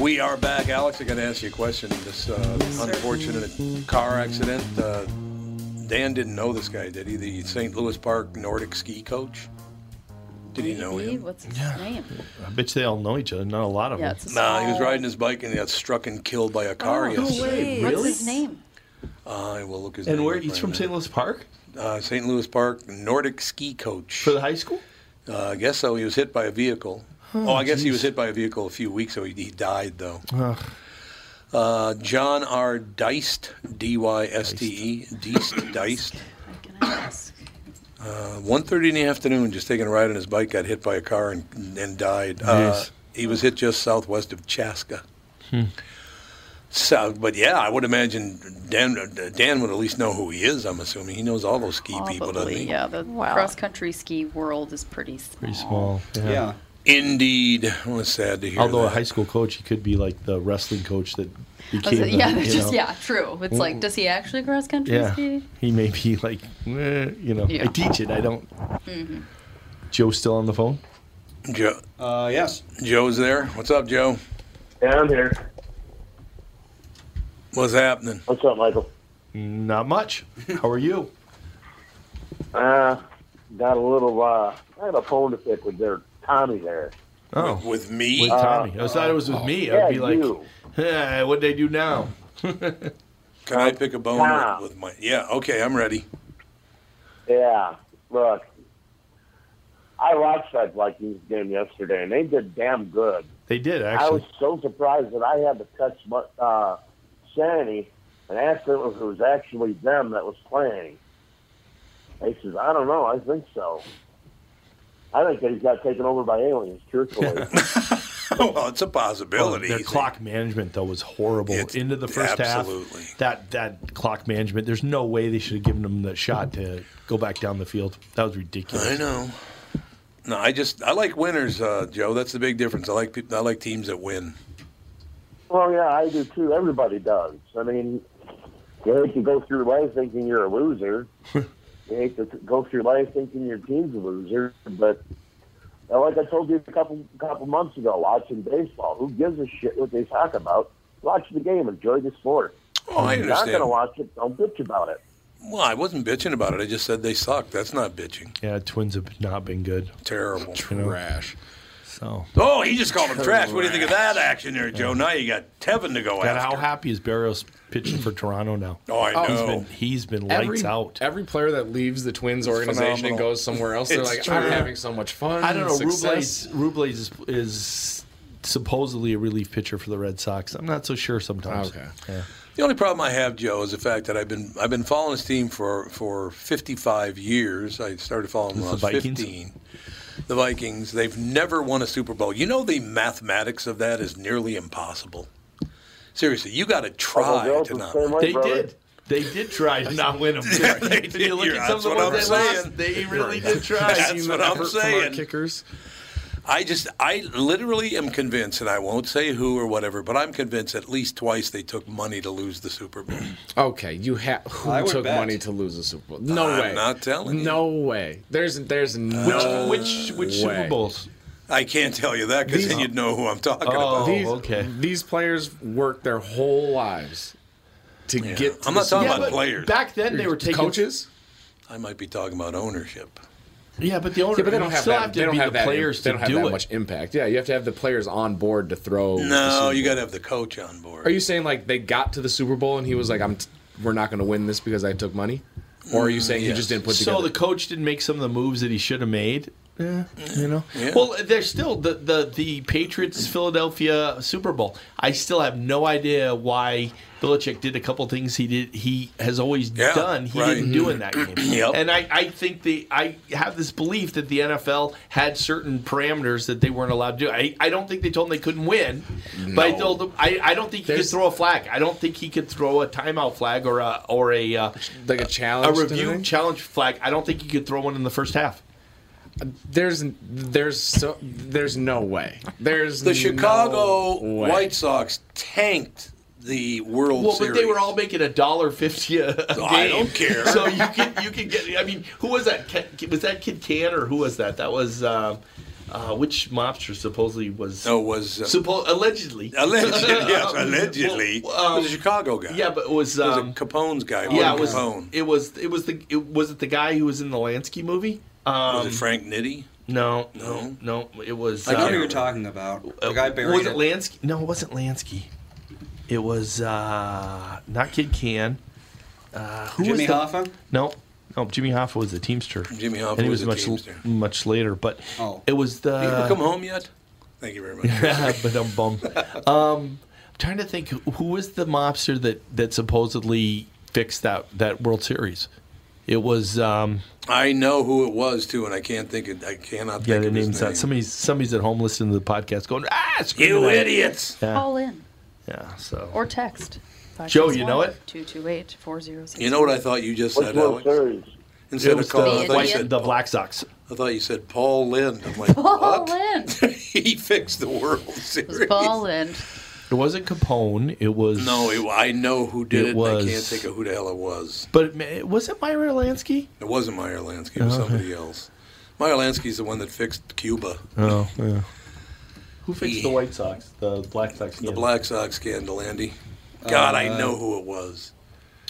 We are back. Alex, I got to ask you a question. This uh, unfortunate car accident. Uh, Dan didn't know this guy, did he? The St. Louis Park Nordic ski coach. Did he know him?
What's his name?
I bet you they all know each other. Not a lot of
Yeah,
them.
it's a
Nah, he was riding his bike and he got struck and killed by a car yesterday.
What's his name?
I will look his
And
name
where
up
he's
right
from
now.
St. Louis Park?
Uh, St. Louis Park Nordic ski coach. For
the high school?
Uh, I guess so. He was hit by a vehicle.
Oh,
Oh, I guess he
geez.
was hit by a vehicle a few weeks ago. He, he died, though.
Ugh.
Uh, John R. Deist, D Y S T E, Deist, Deist. Uh, 1.30 in the afternoon, just taking a ride on his bike, got hit by a car and, and died. Uh,
Jeez.
he was hit just southwest of Chaska.
Hmm.
So, but yeah, I would imagine Dan Dan would at least know who he is. I'm assuming he knows all those ski people, doesn't he?
Yeah, the cross country ski world is pretty small.
Pretty small.
Indeed. Well, it's sad to hear
Although a
that.
high school coach, he could be like the wrestling coach that
I was
became.
like, yeah,
the,
that's
you
just
know,
yeah, true. It's like,
Mm.
does he actually cross country
Yeah.
ski?
He may be like, eh, you know,
Yeah.
I teach it. I don't.
Mhm.
Joe still on the phone?
Joe.
Uh, yes.
Joe's there. What's up, Joe?
Yeah, I'm here.
What's happening?
What's up, Michael?
Not much. How are you?
Uh, got a little, uh, I had a phone to pick with their Tommy there.
Oh.
With, with me?
With Tommy. I thought it was with me.
yeah,
I'd be like,
you.
"Eh, what'd they do now?
Can I pick a bone
Tom.
with, with my? Yeah. Okay, I'm ready.
Yeah, look, I watched that Vikings game yesterday, and they did damn good.
They did,
I
actually.
was so surprised that I had to touch my, uh, Sandy and asked him if it was actually them that was playing. He says, I don't know. I think so. I think that he's got taken over by aliens, truthfully.
well, it's a possibility.
their clock management though was horrible into the first
absolutely.
half. That that clock management. There's no way they should have given them that shot to go back down the field. That was ridiculous.
I know. No, I just I like winners, uh, Joe. That's the big difference. I like people. I like teams that win.
Well, yeah, I do too. Everybody does. I mean, you hate to go through life thinking you're a loser. you hate to go through life thinking your team's a loser. But now, like I told you a couple couple months ago, watching baseball, who gives a shit what they talk about? Watch the game, enjoy the sport.
Oh, I
If you're not
understand.
going to watch it. Don't bitch about it.
Well, I wasn't bitching about it. I just said they suck. That's not bitching.
Yeah, Twins have not been good.
Terrible.
Trash. So.
Oh, he just called them trash. What do you think of that action there, Joe? Now you got Tevin to go
God,
after.
how happy is Barrios pitching for Toronto now?
Oh, I
He's
know.
been, he's been lights
every,
out.
Every player that leaves the Twins organization and
phenomenal.
goes somewhere else, they're
It's
like, I'm
true.
having so much fun.
I don't know.
Success.
Rublades, Rublades is, is supposedly a relief pitcher for the Red Sox. I'm not so sure sometimes.
Okay.
Yeah.
The only problem I have, Joe, is the fact that I've been I've been following this team for for 55 years. I started following them when I was
This the Vikings?
15. The Vikings, they've never won a Super Bowl. You know the mathematics of that is nearly impossible. Seriously, you got to try
Although Joe's
to
the
not.
same way, They brother.
did.
They did try to not win them.
they did.
you look
You're-
at some of
that's
the
what
ones
I'm
they
saying.
lost. They really did try.
That's
You
what
heard
I'm
from our
saying.
Kickers.
I just, I literally am convinced, and I won't say who or whatever, but I'm convinced at least twice they took money to lose the Super Bowl.
Okay, you have who
I would
took
bet.
money to lose a Super Bowl? No
I'm
way.
not telling you.
No way. There's there's no
which- which Super
way.
Bowls? I can't tell you that because
These-
then you'd know who I'm talking
Oh,
about.
these, These players work their whole lives to get. To
I'm
the
not talking
Super
about
Bowl.
players.
coaches.
I might be talking about ownership.
Yeah, but the owner.
Yeah, but they don't have
still
that.
have to
they don't
be
have
the
that.
players
they don't
to
have
do
that
it.
much impact. Yeah, you have to have the players on board to throw. the Super
No, you
Bowl.
got to have the coach on board.
Are you saying like they got to the Super Bowl and he was like, "I'm, t- we're not going to win this because I took money," or
Mm,
are you saying he just didn't put
so
together?
the coach didn't make some of the moves that he should have made. Yeah, you know.
Yeah.
Well, there's still the, the the Patriots Philadelphia Super Bowl. I still have no idea why Belichick did a couple things he did he has always
Yeah,
done he
right.
didn't do in that game.
Yep.
And I, I think the I have this belief that the NFL had certain parameters that they weren't allowed to do. I, I don't think they told him they couldn't win, but I
No.
told them I, I don't think he could throw a flag. I don't think he could throw a timeout flag or a or a uh,
like a challenge
a
to
review
anything?
challenge flag. I don't think he could throw one in the first half.
there's there's so there's no way. There's
The
no
Chicago
way.
White Sox tanked the World
well,
Series.
but they were all making a dollar fifty a a game.
I don't care.
So you can you can get. I mean, who was that? Ke- Was that Kid Can or who was that? That was. Um, uh, which mobster supposedly was?
No, was, uh,
suppo- allegedly.
Allegedly, yes, allegedly. It
um,
was a Chicago guy.
um, Yeah, but it was,
It was a
um,
Capone's guy.
yeah,
Martin
it was.
Capone.
It was. It was the. It, was it the guy who was in the Lansky movie? Um,
was it Frank Nitti?
No,
No?
no, no. It was.
I know
uh,
who you're talking about.
Oh,
The
uh,
guy buried
was it
it.
Lansky? No, it wasn't Lansky. It was uh, not Kid Can. Uh, who
Jimmy
was the-
Hoffa?
No, no. Jimmy Hoffa was the Teamster.
Jimmy Hoffa
and he
was
was,
the
much
Teamster.
much later. But
Oh.
it was the.
Have you ever come home yet? Thank you very much.
uh, but I'm bummed. Um, I'm trying to think who- who was the mobster that that supposedly fixed that that World Series. It was. Um,
I know who it was too, and I can't think. Of, I
yeah,
cannot think
the
of his
name's
name.
not. Somebody's somebody's at home listening to the podcast, going, "Ah, screw
You
that."
idiots!
Yeah.
Call in
Yeah, so
or text.
Joe, you know it?
228 406.
You know what I thought you just said, Alex? Instead
It was
of calling,
the
I thought you
Indian?
said
the Black Sox.
I thought you said Paul Lynn. I'm like,
Paul
what?
Lynn.
he fixed the World Series.
Paul Lynn.
It wasn't Capone. It was
No, it, I know who did it.
It
and I can't
was-
think of who the hell it was.
But it ma- was it Myra Lansky?
It wasn't Meyer Lansky. It was
Oh, okay.
somebody else. Meyer Lansky's the one that fixed Cuba.
Oh, yeah. Who
fixed
the White Sox? The Black Sox.
The Black Sox scandal, Andy. God, I
Uh,
know who it was.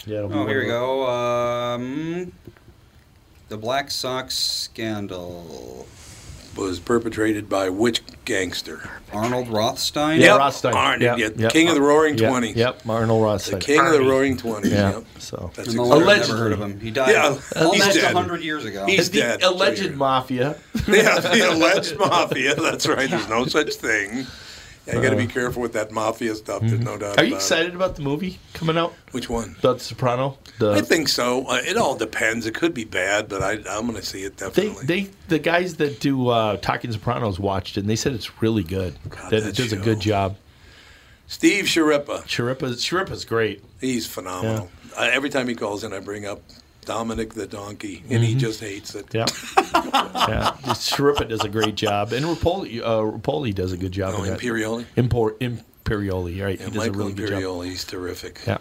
Yeah.
Oh, here we go. Um, the Black Sox scandal.
Was perpetrated by which gangster?
Arnold Rothstein.
Yeah, Rothstein.
Arnold,
Yep,
yeah,
yep.
King of the Roaring
Yep,
Twenties.
Yep, Arnold Rothstein.
King of the Roaring Twenties.
Yeah.
Yep.
So
That's
And the
exactly-
lawyer never heard of him. He died
Yeah,
almost
he's dead.
100 years ago.
He's
the
dead.
alleged mafia.
yeah, the alleged mafia. That's right. There's no such thing. Yeah, you got to
Uh.
be careful with that mafia stuff. There's no doubt.
Mm-hmm. Are you
about it.
excited about the movie coming out?
Which one?
The Soprano. The
I think so. Uh, it all depends. It could be bad, but I, I'm going to see it
They,
definitely.
they the guys that do uh, Talking Sopranos watched it and they said it's really good. that it does a good job.
Steve Sharippa.
Sharippa's Sharippa's great.
He's phenomenal. Uh, every time he calls in, I bring up Dominic the donkey, and he
Mhm.
just hates it.
Yeah, yeah. Sharippa does a great job, and Rapoli, uh, Rapoli does a good job.
Oh,
of that.
Imperioli?
Impor, Imperioli, right?
Yeah,
he does
Michael
a really good job.
Imperioli, he's terrific.
Yeah.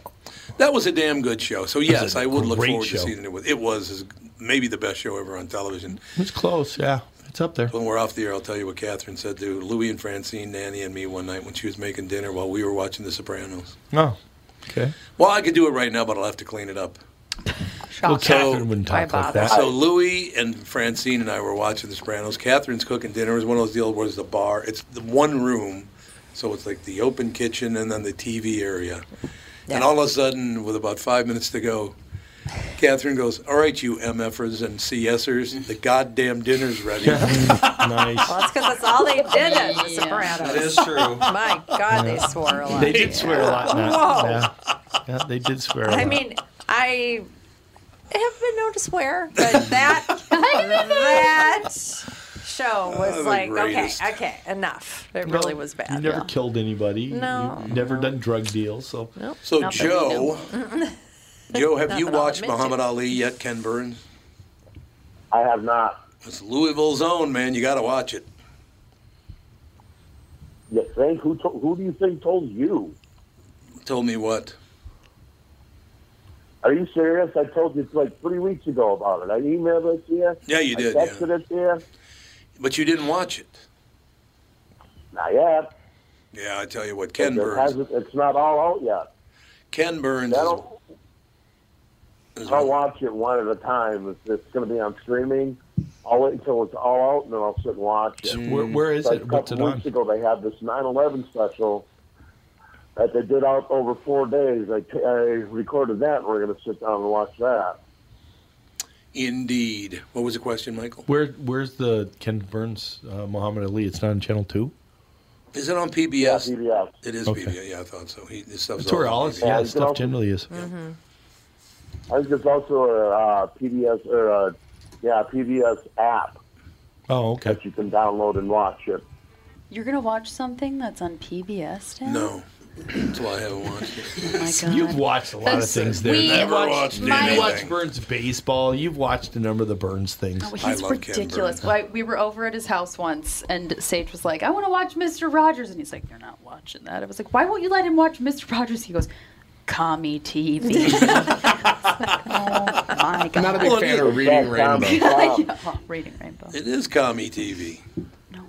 That was a damn good show. So
It was
yes,
a
I would look
great
forward
show.
to seeing it. With, it was as- maybe the best show ever on television.
It's close. Yeah, it's up there.
When we're off the air, I'll tell you what Catherine said to Louis and Francine, Nanny, and me one night when she was making dinner while we were watching The Sopranos.
Oh, okay.
Well, I could do it right now, but I'll have to clean it up.
Well, Catherine wouldn't talk like that.
So Louis and Francine and I were watching The Sopranos. Catherine's cooking dinner. It was one of those deals where it's the bar. It's the one room, so it's like the open kitchen and then the TV area. And all of a sudden, with about five minutes to go, Catherine goes, "All right, you MFers and CSers, the goddamn dinner's ready."
nice.
Well, that's because that's all they did at The Sopranos.
That is true.
My God, they
Yeah.
swore a lot.
uh, They did swear a lot. in that.
Whoa.
Yeah. Yeah, they did swear. a
I
lot.
mean, I have been known to swear, but that that show was
the
like, okay,
greatest.
okay, enough. It
Well,
really was
You
bad.
never killed anybody.
No.
You've never done drug deals. So.
So Joe, Joe, have
Not
you
that I'll
watched
admit to.
Muhammad Ali yet, Ken Burns?
I have not.
It's Louisville's own man. You got to watch it.
You think who to- who do you think told you?
Told me what?
Are you serious? I told you like three weeks ago about it. I emailed it to you.
Yeah, you did,
I
yeah.
texted it to you.
But you didn't watch it.
Not yet.
Yeah, I tell you what, Ken
It
Burns.
hasn't- it's not all out yet.
Ken Burns. is-
That'll, I'll watch it one at a time. If it's going to be on streaming, I'll wait until it's all out and then I'll sit and watch it.
Where- where is
Like
it?
A
What's
couple
it
weeks ago, they had this 9 11 special that they did out over four days. I, t- I recorded that and we're going to sit down and watch that.
Indeed. What was the question, Michael?
Where Where's the Ken Burns uh, Muhammad Ali? It's not on Channel Two.
Is it on PBS?
PBS.
It is
Okay.
PBS. Yeah, I thought so. He, this stuff's
That's where all
on
it's,
PBS.
yeah, stuff generally is.
I think there's also a uh, PBS or a, yeah PBS app
Oh, okay.
that you can download and watch it.
You're gonna watch something that's on PBS now.
No. That's why I haven't watched it.
Oh my God.
You've watched a lot
That's-
of things there.
we-
You've
Never
watched
you
anything.
watched Burns baseball. You've watched a number of the Burns things.
Oh, he's ridiculous. Why we were over at his house once, and Sage was like, "I want to watch Mister Rogers," and he's like, "You're not watching that." I was like, "Why won't you let him watch Mister Rogers?" He goes, "Commie TV." oh my god!
Not a big fan of Reading Rainbow.
Yeah, oh, Reading Rainbow.
It is commie TV.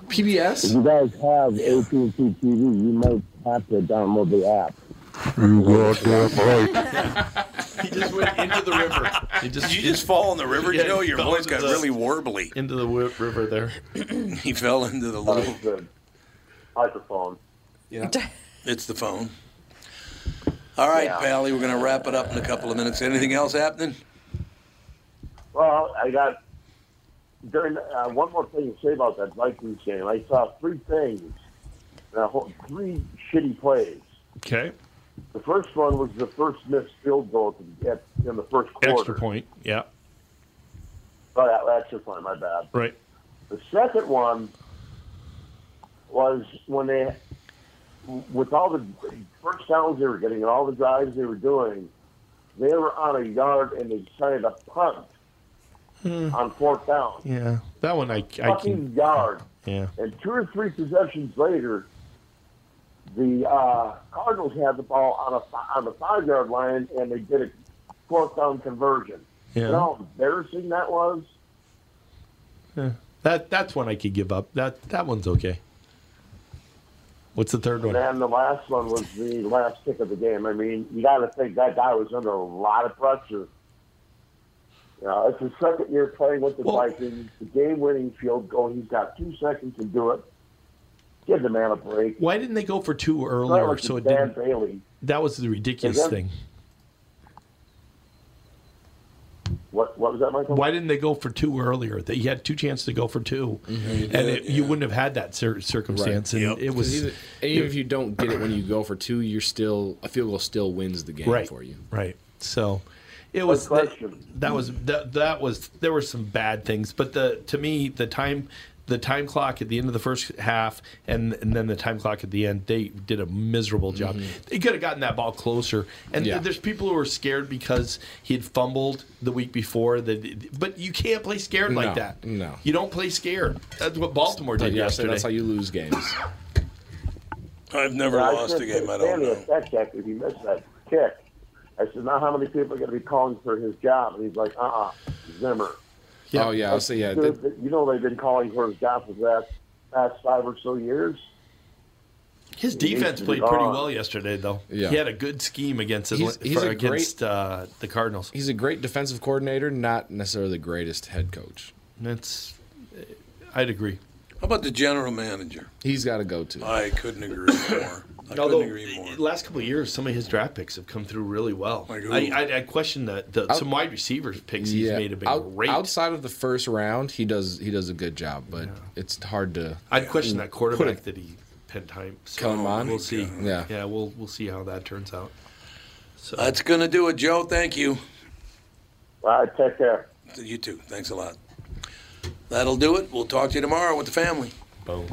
PBS.
If you guys have AT&T TV, you might have to download the app.
You goddamn right.
He just went into the river. He
Did you just fall in the river?
Yeah,
you know, your
fell
voice got
into the-
really warbly.
Into the wi- river there.
he fell into the little
microphone.
Yeah. it's the phone. All right, Pally, we're going to wrap it up in a couple of minutes. Anything else happening?
Well, I got during uh, one more thing to say about that Vikings game. I saw three things, uh, whole- three shitty plays.
Okay.
The first one was the first missed field goal at, in the first
Extra
quarter.
point. Yeah.
Oh, that, that's just fine. My bad.
Right.
The second one was when they, with all the first downs they were getting and all the drives they were doing, they were on a yard and they decided to punt
Hmm.
on fourth down.
Yeah. That one I, I
Um, Fucking
can.
yard.
Yeah.
And two or three possessions later, the uh, Cardinals had the ball on a fi- on the five yard line and they did a fourth down conversion.
Yeah.
You know how embarrassing that was?
Yeah. That that's one I could give up. That that one's okay. What's the third
And
one?
then the last one was the last kick of the game. I mean, you got to think that guy was under a lot of pressure. You know, it's his second year playing with the Vikings. The game-winning field goal. He's got two seconds to do it. Give the man a break.
Why didn't they go for two
It's
earlier?
not like
so
it's
it
Dan
didn't.
Bailey.
That was the ridiculous
Yeah.
thing.
What What was that, Michael?
Why didn't they go for two earlier? That you had two chances to go for 2
Mhm.
and it, you wouldn't have had that cir- circumstance. And it was
Because even, and even if you don't get it when you go for two, you're still a field goal still wins the game
right
for you.
Right. So it was
Good
that, that was that, that was there were some bad things, but the to me the time the time clock at the end of the first half and and then the time clock at the end they did a miserable job. They could have gotten that ball closer. And
Mm-hmm. Yeah.
there's people who are scared because he had fumbled the week before that but you can't play scared like
No,
that.
no.
You don't play scared. That's what Baltimore
Like
did yesterday.
yesterday, that's how you lose games.
I've never
And I
lost
said
a
to
game. I don't
Stanley
know.
at Tech Tech, if you miss that kick, I said, now how many people are going to be calling for his job? And he's like, uh uh Zimmer.
Oh yeah, I'll say yeah.
Dude,
that-
you know they've been calling for his job for the last, last five or so years.
His
He needs
defense
to be
played pretty
gone.
well yesterday, though.
Yeah.
He had a good scheme against Atl-
He's- he's
for-
a
against uh, the Cardinals.
he's a great defensive coordinator, not necessarily the greatest head coach.
That's, eh, I'd agree.
How about the general manager?
He's got to go to.
I couldn't agree more. I
Although,
couldn't agree more.
the last couple of years, some of his draft picks have come through really well.
Like who?
I, I, I question that the,
Out-
some wide receivers picks he's made have been
out-
great.
Outside of the first round, he does he does a good job, but it's hard to.
I'd question that
Put
quarterback
it-
that he penned time.
Kellen Mond?
We'll see.
Yeah.
yeah, we'll we'll see how that turns out. So
That's going to do it, Joe. Thank you.
All right, take care.
You too. Thanks a lot. That'll do it. We'll talk to you tomorrow with the family.
Boom.